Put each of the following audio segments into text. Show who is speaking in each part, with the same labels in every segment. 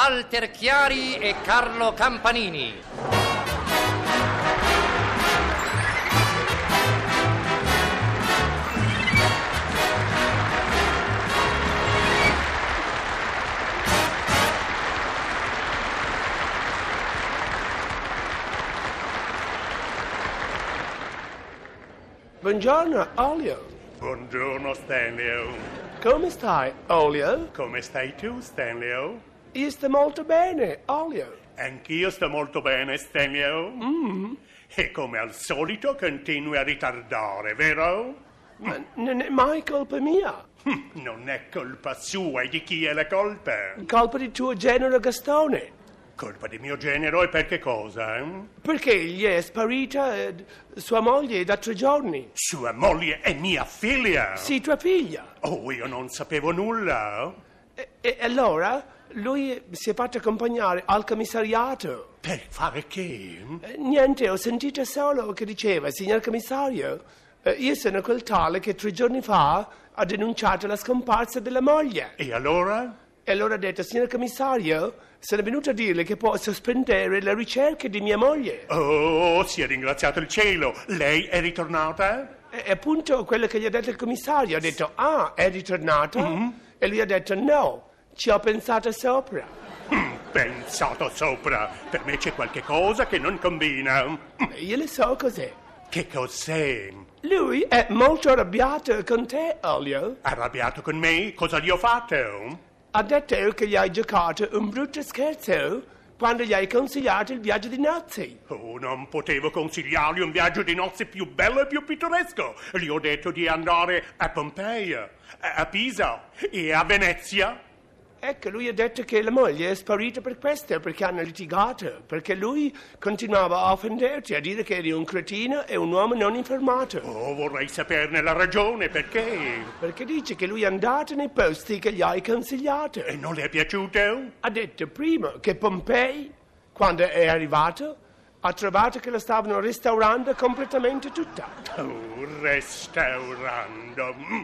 Speaker 1: Walter Chiari e Carlo Campanini.
Speaker 2: Buongiorno, Olio.
Speaker 3: Buongiorno Stanlio.
Speaker 2: Come stai, Olio?
Speaker 3: Come stai tu, Stanlio?
Speaker 2: Io sto molto bene, Olio.
Speaker 3: Anch'io sto molto bene, Stanlio. E come al solito continui a ritardare, vero?
Speaker 2: Ma non è mai colpa mia.
Speaker 3: Hm, Non è colpa sua, e di chi è la colpa?
Speaker 2: Colpa di tuo genero Gastone.
Speaker 3: Colpa di mio genero e per che cosa? eh?
Speaker 2: Perché gli è sparita eh, sua moglie da tre giorni.
Speaker 3: Sua moglie è mia figlia!
Speaker 2: Si tua figlia.
Speaker 3: Oh, io non sapevo nulla.
Speaker 2: E, e allora lui si è fatto accompagnare al commissariato.
Speaker 3: Per fare che?
Speaker 2: Eh, Niente, ho sentito solo che diceva, signor commissario, eh, io sono quel tale che tre giorni fa ha denunciato la scomparsa della moglie.
Speaker 3: E allora?
Speaker 2: E allora ha detto, signor commissario, sono venuto a dirle che può sospendere la ricerca di mia moglie.
Speaker 3: Oh, si è ringraziato il cielo. Lei è ritornata?
Speaker 2: E e appunto quello che gli ha detto il commissario, ha detto, ah, è ritornata? E lui ha detto, no, ci ho pensato sopra.
Speaker 3: Pensato sopra, per me c'è qualche cosa che non combina.
Speaker 2: E Io lo so cos'è.
Speaker 3: Che cos'è?
Speaker 2: Lui è molto arrabbiato con te, Olio.
Speaker 3: Arrabbiato con me? Cosa gli ho fatto?
Speaker 2: Ha detto che gli hai giocato un brutto scherzo quando gli hai consigliato il viaggio di nozze.
Speaker 3: Oh, non potevo consigliargli un viaggio di nozze più bello e più pittoresco. Gli ho detto di andare a Pompei, a a Pisa e a Venezia.
Speaker 2: Ecco, lui ha detto che la moglie è sparita per questo, perché hanno litigato, perché lui continuava a offenderti, a dire che eri un cretino e un uomo non informato.
Speaker 3: Oh, vorrei saperne la ragione, perché?
Speaker 2: Perché dice che lui è andato nei posti che gli hai consigliato.
Speaker 3: E non le è piaciuto?
Speaker 2: Ha detto prima che Pompei, quando è arrivato, ha trovato che la stavano restaurando completamente tutta.
Speaker 3: Oh, restaurando. mm.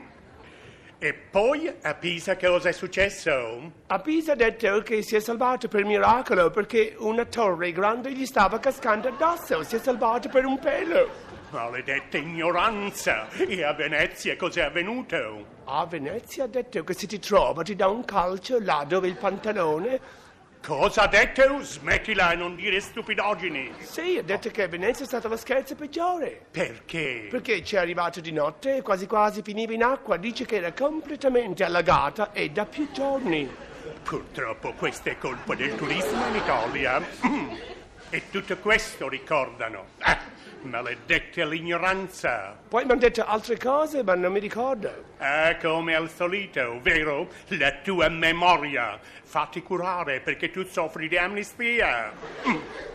Speaker 3: E poi a Pisa cosa è successo?
Speaker 2: A Pisa ha detto che si è salvato per miracolo perché una torre grande gli stava cascando addosso, si è salvato per un pelo.
Speaker 3: Maledetta ignoranza! E a Venezia cos'è avvenuto?
Speaker 2: A Venezia ha detto che se ti trova ti dà un calcio là dove il pantalone.
Speaker 3: Cosa ha detto? Smettila e non dire stupidaggini!
Speaker 2: Sì, ha detto che Venezia è stata la scherza peggiore.
Speaker 3: Perché?
Speaker 2: Perché ci è arrivato di notte e quasi quasi finiva in acqua. Dice che era completamente allagata e da più giorni.
Speaker 3: Purtroppo questa è colpa del turismo in Italia. Mm. E tutto questo ricordano. Ah, maledetta l'ignoranza!
Speaker 2: Poi mi hanno detto altre cose, ma non mi ricordo.
Speaker 3: Ah, come al solito, vero? La tua memoria. Fatti curare perché tu soffri di amnistia.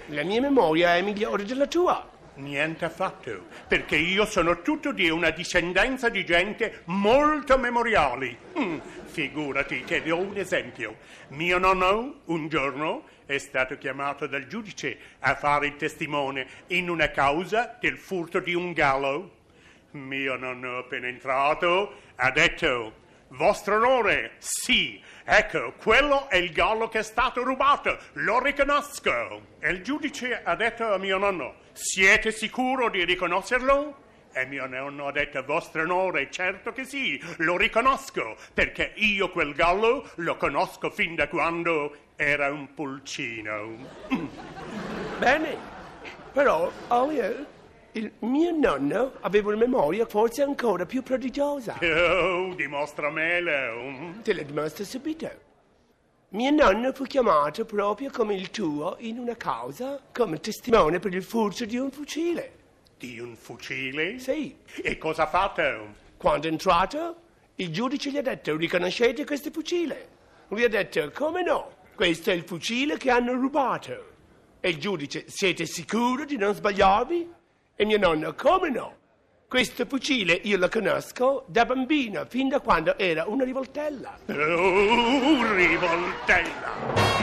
Speaker 2: La mia memoria è migliore della tua.
Speaker 3: Niente affatto, perché io sono tutto di una discendenza di gente molto memoriali. Mm, figurati, ti do un esempio. Mio nonno, un giorno, è stato chiamato dal giudice a fare il testimone in una causa del furto di un gallo. Mio nonno, appena entrato, ha detto: Vostro onore, sì, ecco, quello è il gallo che è stato rubato, lo riconosco. E il giudice ha detto a mio nonno: Siete sicuro di riconoscerlo? E mio nonno ha detto: Vostro onore, certo che sì, lo riconosco, perché io quel gallo lo conosco fin da quando era un pulcino.
Speaker 2: Bene. Però, Olio, il mio nonno aveva una memoria forse ancora più prodigiosa.
Speaker 3: Oh, dimostramelo.
Speaker 2: Te lo dimostro subito. Mio nonno fu chiamato proprio come il tuo in una causa come testimone per il furto di un fucile.
Speaker 3: Di un fucile?
Speaker 2: Sì,
Speaker 3: E cosa ha fatto?
Speaker 2: quando è entrato, il giudice gli ha detto: Riconoscete questo fucile? Lui ha detto: Come no? Questo è il fucile che hanno rubato. E il giudice: Siete sicuro di non sbagliarvi? E mio nonno: Come no? Questo fucile io lo conosco da bambino, fin da quando era una rivoltella.
Speaker 3: Oh, rivoltella!